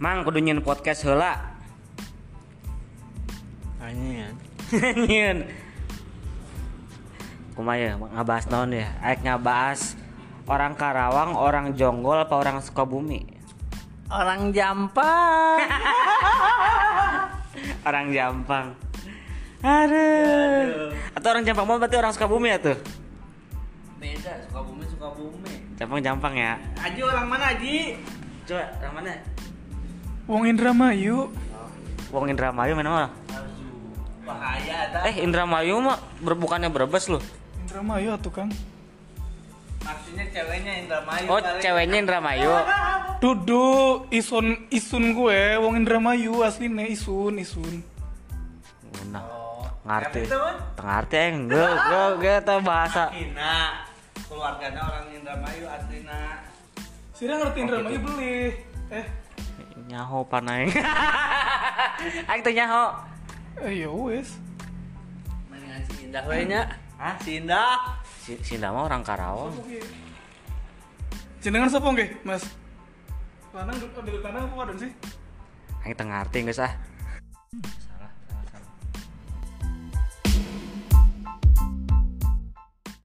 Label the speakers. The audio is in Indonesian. Speaker 1: Mang kudu nyin podcast heula.
Speaker 2: Anjir.
Speaker 1: nyin. Kumaha ya, ngabahas naon ya? Aek ngabahas orang Karawang, orang Jonggol, apa orang Sukabumi?
Speaker 2: Orang jampang.
Speaker 1: Orang Jampang. Aduh. Atau orang Jampang mah berarti orang Sukabumi ya tuh.
Speaker 2: Beda, suka bumi suka bumi.
Speaker 1: Jampang Jampang ya.
Speaker 2: Aji orang mana Aji?
Speaker 1: Coba orang mana?
Speaker 3: Wong Indramayu.
Speaker 1: Wong Indramayu mana mah?
Speaker 2: Bahaya dah.
Speaker 1: Eh Indramayu mah berbukannya Brebes loh.
Speaker 3: Indramayu atuh Kang.
Speaker 2: Maksudnya ceweknya Indramayu.
Speaker 1: Oh
Speaker 2: kali.
Speaker 1: ceweknya Indramayu.
Speaker 3: Dudu isun isun gue Wong Indramayu aslinya isun isun.
Speaker 1: Nah,
Speaker 2: Oh.
Speaker 1: ngerti.
Speaker 2: Ngerti, teman?
Speaker 1: Tengah arti yang gue gue gue tau bahasa.
Speaker 2: Ina. Keluarganya orang Indramayu Aslina.
Speaker 3: Sira ngerti Indramayu beli. Eh,
Speaker 1: Nyaho panaeng. Aing teh nyaho.
Speaker 3: eh ya wes.
Speaker 2: Mendingan si Indah we nya. Hah? Si Indah.
Speaker 1: Si Sinda mah orang Karawang.
Speaker 3: Jenengan sapa nggih, Mas? Lanang di lanang apa wadon sih?
Speaker 1: Aing tengah arti geus ah.